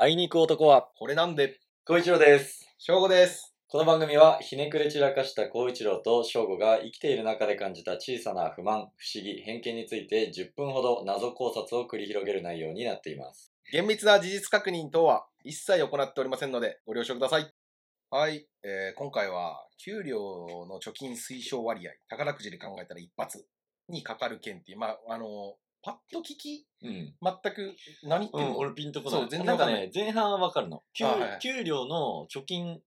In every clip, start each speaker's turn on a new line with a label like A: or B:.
A: あいに行く男は、
B: これなんで、
A: 孝一郎です。
B: 翔吾です。
A: この番組は、ひねくれ散らかした孝一郎と翔吾が生きている中で感じた小さな不満、不思議、偏見について10分ほど謎考察を繰り広げる内容になっています。
B: 厳密な事実確認等は一切行っておりませんので、ご了承ください。はい、えー今回は、給料の貯金推奨割合、宝くじで考えたら一発にかかる件っていう、まあ、あの、パッと聞き、
A: うん。
B: 全く何って
A: う、
B: いうんの、
A: 俺ピンとこ
B: こ
A: な。
B: ない
A: な
B: いなんん
A: か
B: か
A: ね
B: ね、
A: 前半はわかるの。給,、
B: あはい
A: 給料の貯金、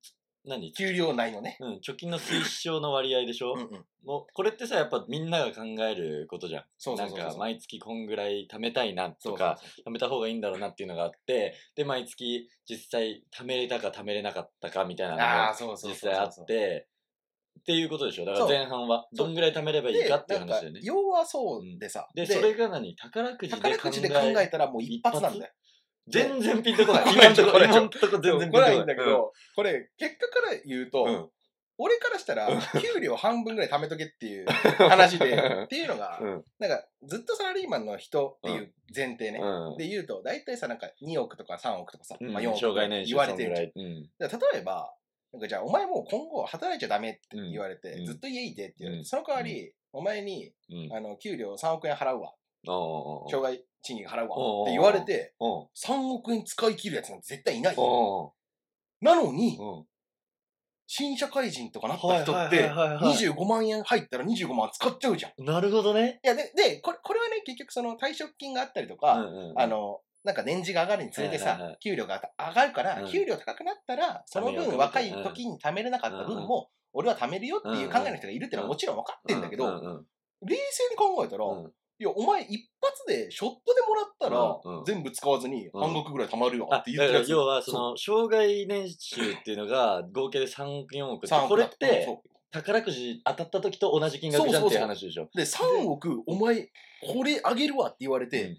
A: 何
B: 給料内のね。
A: うん、貯金の推奨の割合でしょ、
B: うんうん。
A: もうこれってさやっぱみんなが考えることじゃん
B: そうそうそうそう。
A: なんか毎月こんぐらい貯めたいな
B: そ
A: と
B: うそう
A: か貯めた方がいいんだろうなっていうのがあってで毎月実際貯めれたか貯めれなかったかみたいなの
B: ああ、
A: が
B: そうそうそうそう。
A: 実際あってっていうことでしょだから
B: そう
A: 前半は
B: そう
A: どんぐらい貯めればいい
B: で、
A: か
B: な
A: っていうん話
B: か
A: だよね、
B: 要はそうでさ。
A: でそれが何宝くじで考え
B: 宝くじで考えたらもう一発なんだよ。
A: 全然ピンと こない
B: で
A: 今んとこ
B: これ
A: 今んとこ全然ピンと
B: 来ないんだけど、これ、結果から言うと、
A: うん
B: 俺からしたら、給料半分ぐらい貯めとけっ ていう話で、っていうのが
A: う、ん
B: なんか、ずっとサラリーマンの人っていう前提ね。
A: うん
B: で言うと、大体さ、なんか2億とか3億とかさ、
A: うん
B: まあ4億
A: 障
B: とか
A: 害年収
B: 言われてる
A: そんぐら
B: じゃん
A: いうん
B: だから例えば、なんかじゃあ、お前もう今後働いちゃダメって言われて、
A: うん
B: ずっと家いてって言われて、
A: うん
B: その代わり、お前に、
A: うん
B: あの、給料3億円払うわ、
A: おうおうおう
B: 障害賃金払う
A: おうおうおう
B: わって言われて、
A: おう
B: 3億円使い切るやつなんて絶対いない。
A: おう
B: なのに、
A: おう
B: 新社会人とかなった人っ
A: はい
B: て、
A: はいはいはい
B: 25万円入ったら25万使っちゃうじゃん。い
A: なるほどね。
B: や、で、でこれ、これはね、結局その退職金があったりと
A: あ
B: か、あ、の、なんか年次が上がるにつれて
A: はいはいは
B: さ、給料が上がるか
A: う
B: ら
A: ん、
B: 給料高くなったら、その
A: 貯めようかみ
B: 分
A: た
B: 若
A: い
B: い
A: な
B: 時に貯めれなかった
A: うんう
B: 分
A: ん
B: も、俺は貯めるよっていう考えの人がいるってのはもちろん分かってんだけ
A: うん
B: ど、
A: うん
B: 冷静に考えたら、
A: うん
B: いや、お前一発でショットでもらった
A: うんうん
B: ら、全部使わずに半額ぐらい貯まるよ
A: あ
B: って言
A: だ
B: っ
A: から
B: てるやつ。
A: 要はその障害年収っていうのが合計で3億4億って
B: 3億
A: これっ
B: うんそう
A: て宝くじ当たった時と同じ金額じゃんっていう話でしょ
B: で、3億、お前、これあげるわって言われて、
A: うん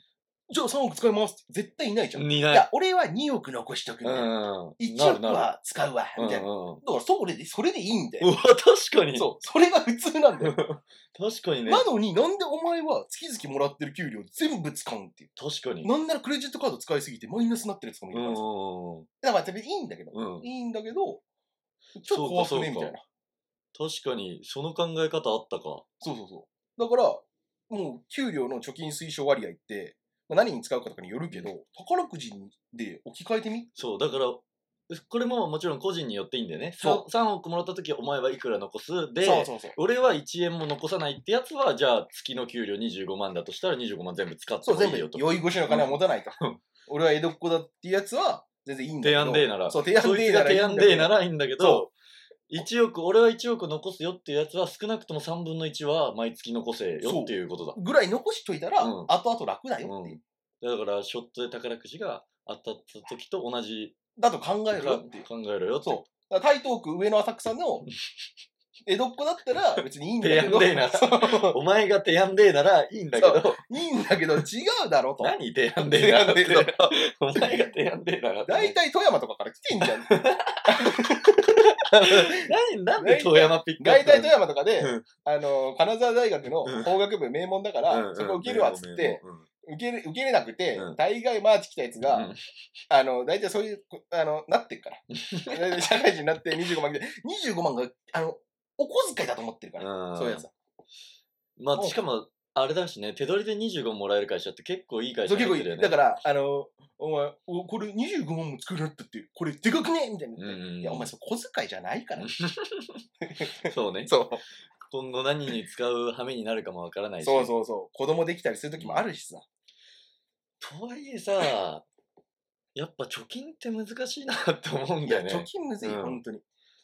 B: じゃあ3億使いますって絶対いないじゃん。い
A: にな
B: や、俺は2億残しとくん
A: う
B: だよ。
A: ん
B: 1億
A: なるなる
B: は使うわ、
A: うん
B: みたいな。だから、それで、それでいいんだ
A: うんう
B: よ。
A: わ確かに
B: そう、それが普通なんだよ。
A: 確かにね
B: なのになんでお前は月々もらってる給料全部使うんっていう。
A: 確かに
B: なんならクレジットカード使いすぎてマイナスになってるやつとかもい
A: うん
B: るからさだから別にいいんだけど、
A: うんうん
B: いいんだけど、ちょっと怖くねみたいな。
A: 確かにその考え方あったか
B: そうそうそう。だから、もう給料の貯金推奨割合って、まあ、何に使うかとかによるけど、宝くじで置き換えてみ
A: そうだからこれももちろん個人によっていいんだよね
B: そ
A: 3, 億もらった時お前はいくら残すで
B: そうそうそう。
A: 俺は1円も残さないってやつはじゃあ月の給料25万だとしたら25万全部使って
B: そう、
A: もい
B: 全
A: いよ
B: 部
A: と。
B: 酔い腰の金は持たないと
A: うん。
B: 俺は江戸っ子だっていうやつは、全然いいんだけど。
A: 提案デーなら
B: そう、提案
A: そい
B: デ
A: つ
B: ーな
A: が
B: らいいん
A: 提
B: だ
A: 案
B: け
A: で
B: ど
A: ならいいんだけど
B: そ
A: 1億俺は1億残すよっていうやつは少なくとも3分の1は毎月残せよっていうことだ。
B: ぐらい残しといたら、
A: うん
B: 後々楽だよっていう。
A: だからショットで宝くじが当たった時と同じ
B: だと考えるよっていう。
A: 考えろよって
B: そうだから台東区上野浅草 の江戸っ子だったら別にいいんだ
A: 提
B: け
A: 案
B: ど。
A: デーならお前が提案デーならいいんだけど
B: いいんだけど違うだろ と。
A: 何提案デーならって
B: 提案デー
A: お前が提案デーな らって
B: 大体富山とかから来てんじゃん。
A: 何なんで遠山ピックアッ
B: 大
A: プな
B: 体
A: んだ
B: 富山とかで、
A: うん
B: あの、金沢大学の法学部名門だから、
A: うんうん
B: そこ受けるわっつって、、
A: うんうん
B: 受けれ、受けれなくて、
A: うん
B: 大概マーチ来たやつが、
A: うん
B: あの、大体そういう、あの、なってっから。大体社会人になって25万来て、25万が、あの、お小遣いだと思ってるから、
A: うん
B: そういうやつは。
A: まあ、
B: もう
A: しかも、あれだしね、手取りで25もらえる会社って結構いい会社
B: そう結構い
A: 入ってるよ
B: い。
A: ね。
B: だから、あの、お前、おこれ25万も作るなったって、これでかくねみたいな。
A: うんうん
B: いや、お前、それ小遣いじゃないから。
A: そうね。
B: そう。
A: 今後何に使う羽目になるかもわからないし。
B: そうそうそう。子供できたりする時もあるしさ。
A: とはいえさ、やっぱ貯金って難しいなって思うん
B: い
A: だ
B: や、
A: よね。
B: 貯金むずい、
A: うん
B: 本当に。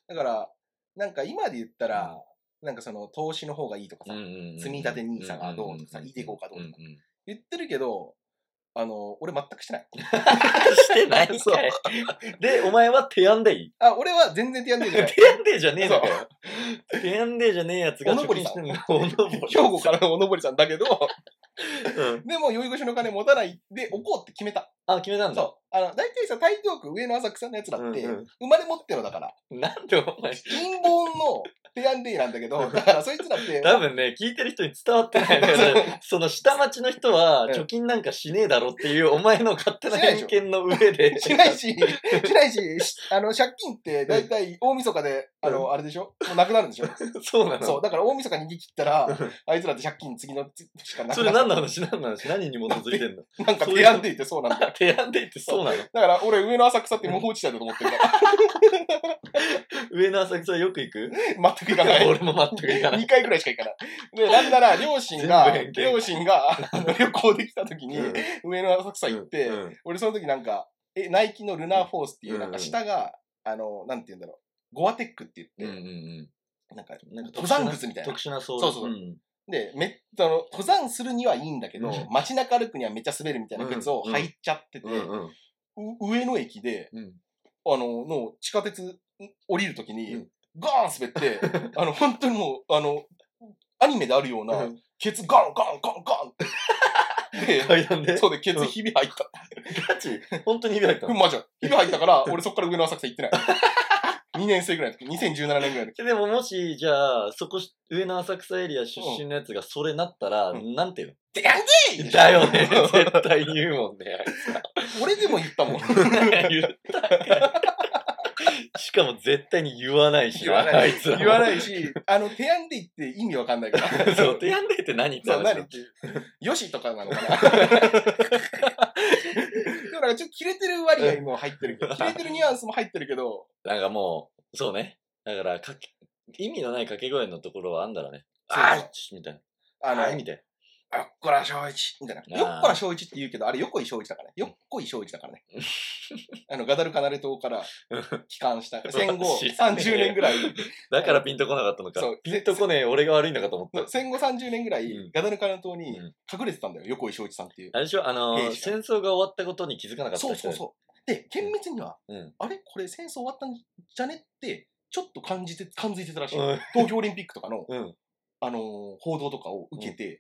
B: だから、なんか今で言ったら、なんかその投資の方がいいとかさ、積み立て NISA がどうとかさ iDeCo がどうとか
A: か。
B: 言ってるけど、あの、俺全くしてない。
A: してないんかい。で、お前は提案でいい
B: あ、俺は全然手やんねえじゃない。
A: 提案でじゃねえのかよ。提案でじゃねえやつが
B: おのぼ
A: 貯金
B: りさ
A: して
B: ん
A: んの。おのぼり
B: 兵庫からのおのぼりさんだけど、
A: うん
B: でも、酔い越しの金持たないでおこうって決めた。
A: あ、決めたんだ。
B: そう。あの、大体さ、台東区上の浅草のやつらって、
A: うんうん
B: 生まれ持ってるのだから、
A: なんでお前、
B: 陰謀のペアンデイなんだけど、だからそいつ らって、
A: 多分ね、聞いてる人に伝わってないんだ よね。その下町の人は
B: うん
A: 貯金なんかしねえだろっていうお前の勝手な
B: しないでし
A: 偏
B: ょ
A: 見の上で。
B: しないし、しないし、しあの、借金って大体大晦日で、あの、あれでしょもうなくなるんでしょ
A: そうなの。
B: そう、だから大晦日逃げ切ったら、あいつらって借金次の月しかなく
A: それ
B: なる。
A: 何の話何の話何に基づいてん の
B: なんかペアンデイってそうなんだよ。
A: 提案でってそうなの
B: だから俺上の浅草って無法地帯だと思ってるから、
A: 上の浅草よく行く
B: 全く行かない。
A: 俺も全く行かない。
B: 2回くらいしか行かない。で、なんなら両親が
A: 全部、偏見
B: 両親があの旅 行できた時に、上野浅草行って、
A: うん
B: 俺その時なんか、え、ナイキのルナーフォースっていう、なんか下が、あの、なんて言うんだろう、ゴアテックって
A: うんう
B: 言
A: ん
B: って、なんか、
A: うん。なんか
B: 登山靴みたいな。
A: 特殊な装
B: そうそうで、めあの、登山するにはいいんだけど、
A: うん
B: 街中歩くにはめっちゃ滑るみたいな靴を
A: うん
B: 履いちゃってて、
A: うんうん
B: う上野駅で、
A: うん。
B: あの、の地下鉄降りるときに、
A: うん
B: ガーン滑っ て、あの、本当にもう、あの、アニメであるような、
A: うん
B: ケツガンガンガンガンって。
A: 階段で
B: で、そうで、ケツひび入っ。
A: ガチ本当に指入ったた
B: う
A: の
B: ん、マジで。ひび入ったから、俺そっから上の浅草行ってない。2年生ぐらいの時、2017年ぐらいの時。
A: でももし、じゃあ、そこ、上の浅草エリア出身のやつがそれなったら、
B: う
A: なんて言
B: でやん
A: う
B: け
A: のだよね。絶対言うもん ね。
B: 俺でも言った もん。
A: 言ったかしかも絶対に言わないし
B: 言わない
A: あいつらも。
B: 言わないし、あの、提案で言って意味わかんない から。
A: そう、手やんでって何言って
B: そう、
A: 話
B: 何
A: だ
B: って。よしとかなの かな。でもなんかちょっと切れてる割合も入ってるけど、切れてるニュアンスも入ってるけど、
A: なんかもう、そうね。だから、かけ意味のない掛け声のところはあんだろうね。
B: そうそう
A: あーちみたいな。
B: あの、
A: あーみたい
B: よっこら正一みたいな。
A: ー
B: よっこら正一って言うけど、あれ横井正一だからね。よっこい正一だからね。 あの、ガダルカナレ島から
A: うん
B: 帰還 した。戦後
A: 知らねえよ
B: 30年ぐらい、
A: な。だからピンとこなかったのか
B: そう。
A: ピンとこねえ俺が悪いのかと思った。
B: 戦後30年ぐら
A: うん
B: い、ガダルカナレ島に
A: うん
B: 隠れてたんだよ。横井正一さんっていう。
A: あれでしょあの
B: 兵
A: ー、
B: 士が
A: 戦争が終わったことに気づかなかった
B: そうそう
A: う
B: そう。で、厳密には、
A: うん
B: あれこれ戦争終わったんじゃねって、ちょっと感じて、感づいてたらしい。
A: うん
B: 東京オリンピックとかの、
A: うん。
B: あのー報道とかを受けて、
A: うん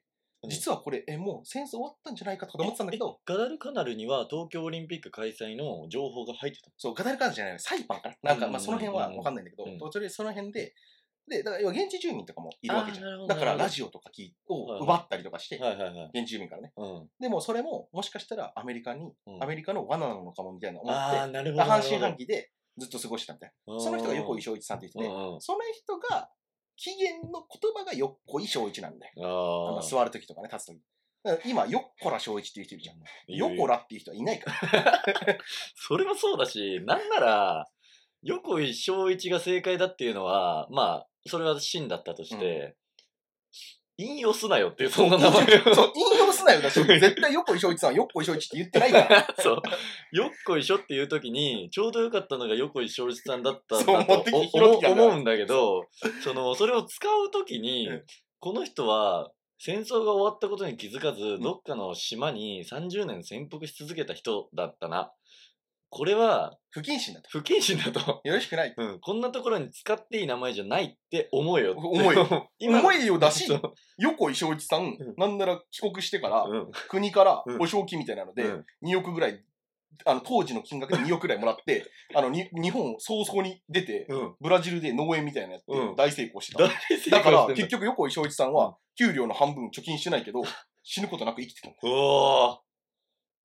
B: 実はこれ、え、もう戦争終わったんじゃないかとかと思ってたんだけど、
A: ガダルカナルには東京オリンピック開催の情報が入ってた。
B: そう、ガダルカナルじゃない、サイパンかな。なんか、
A: うん
B: まあ、その辺はわかんないんだけど、
A: うん
B: とりあえずその辺で、で、だから要は現地住民とかもいるわけじゃ
A: あーなるほ
B: ん。
A: ど
B: だから、ラジオとかきを奪ったりとかして、
A: はいはいはい。
B: 現地住民からね。
A: うん。
B: でも、それも、もしかしたらアメリカに、
A: うん
B: アメリカの罠なのかもみたいな思って、
A: ああ、なるほど。
B: 半信半
A: 疑。
B: 疑でずっと過ごしてたみたい
A: そ
B: な。その人が横井正一さんって人
A: うん
B: で、
A: うん。あ
B: その人が、起源の言葉が横井正一なんだよ。あの
A: あ。
B: 座るときとかね、立つとき。だから今、よっこら正一っていう人いるじゃん。よこ
A: ら。
B: らっていう人はいないから。
A: それもそうだし、なんなら、横井正一が正解だっていうのは、まあ、それは真だったとして、引用すなよっていう、そんな名前を。
B: そう、引用すなよだし、絶対よっこい正一さんはよっこい正一って言ってないから。
A: そう。よっこいしょっていう時に、ちょうどよかったのが横井正一さんだったん
B: そう
A: だと
B: 持ってき
A: お
B: 拾ってきたん
A: 思
B: だ
A: 思うんだけど、 その、それを使う時に
B: うん、
A: この人は、戦争が終わったことに気づかず、
B: ん
A: どっかの島に30年潜伏し続けた人だったな。これは、
B: 不謹慎だと。
A: 不謹慎だ と。
B: よろしくない。
A: うん、こんなところに使っていい名前じゃないって思えよって。
B: 思えよ
A: 今
B: 思えよだし
A: そう、
B: よこい正一さん
A: うん、
B: なんなら帰国してから、
A: うん
B: 国から
A: うん
B: 保証金みたいなの
A: う
B: で
A: ん、
B: 2億ぐらい、あの、当時の金額で2億ぐらいもらって、あの、に日本早々に出て、
A: うん
B: ブラジルで農園みたいなのや
A: う
B: っ
A: ん
B: て大成功してた。
A: 大成功してん
B: だ
A: だ
B: から、結局、横井正一さん
A: う
B: は、給料の半分貯金してないけど、死ぬことなく生きてたんだ。
A: うお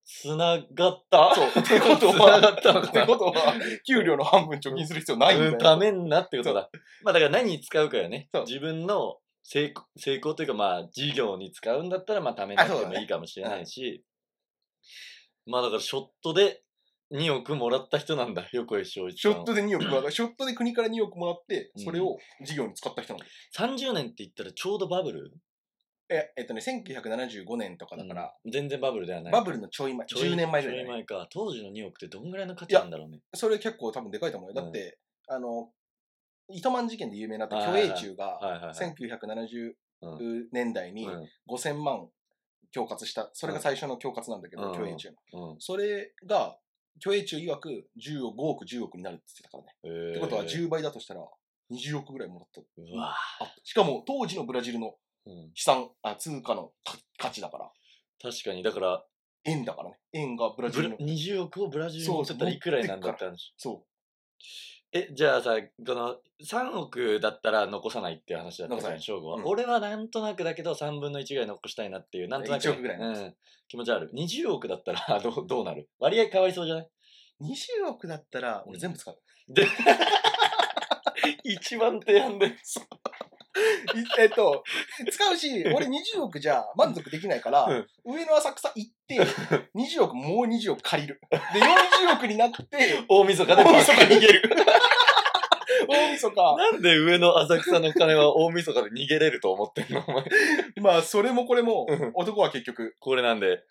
A: つながった
B: そう。 ってこと
A: つなが
B: は、
A: ったの
B: っ
A: か
B: て
A: な
B: ことは、給料の半分貯金する必要ないんだ
A: う
B: よ
A: ん。ためんなってことだ。まあだから何に使うかよね
B: そう。
A: 自分の成功成功というかまあ事業に使うんだったらまあためになってもいいかもしれないし、まあだからショットで2億もらった人なんだ、横井正一
B: シ
A: さん
B: ョ
A: は
B: ットで2億もらった。ショットで国から2億もらって、
A: うん
B: それを事業に使った人なんだよ。
A: 30年って言ったらちょうどバブル
B: え、えっとね、1975年とかだから、
A: うん全然バブルではない。
B: バブルのちょい前、
A: ちょい
B: 10年前ぐらい
A: ちょ
B: だね。
A: 前か。当時の2億ってどんぐらいの価値なんだろうね。
B: それ結構多分でかいと思うよ。だって、あの、糸満事件で有名になった虚栄中
A: はい
B: が、
A: はいはい。
B: 1970
A: う
B: 年代に
A: うん
B: 5000万恐喝した。それが最初の恐喝なんだけ
A: う
B: ど、
A: ん
B: 虚栄中の。
A: うん
B: それが、虚栄中曰く10億、5億、10億になるって言ってたからね。ってことは
A: えー
B: 10倍だとしたら、20億ぐらいもらった
A: うわ
B: あった。しかも、当時のブラジルの
A: うん
B: 資産、あ通貨の価価値だから、
A: 確かに、だから、
B: 円だからね。円がブラジ
A: ブ
B: ル
A: ラ
B: の。
A: 20億をブラジルに
B: そ
A: 持
B: う
A: っちゃったらいくらになんだって話。
B: そ
A: え、じゃあさ、この3億だったら残さないっていう話だったじ
B: 残さ
A: ゃ、
B: なんい
A: 省吾は、
B: うん
A: 俺はなんとなくだけど3分の1ぐらい残したいなっていう、なんとなく。
B: 1億ぐらい
A: うん。気持ちある。20億だったらどうどうなる割合変わりそうじゃない
B: 20億だったら、俺全部使う。
A: で一番提案で。
B: い えっと、使うし、俺20億じゃ満足できないから、上の浅草行って、20億、もう20億借りる。で、40億になって、
A: 大晦日で
B: 大晦日
A: 逃げる。
B: 大晦日、
A: なんで上の浅草の金は大晦日で逃げれると思ってんのお前。
B: まあ、それもこれも
A: うん、
B: 男は結局、
A: これなんで、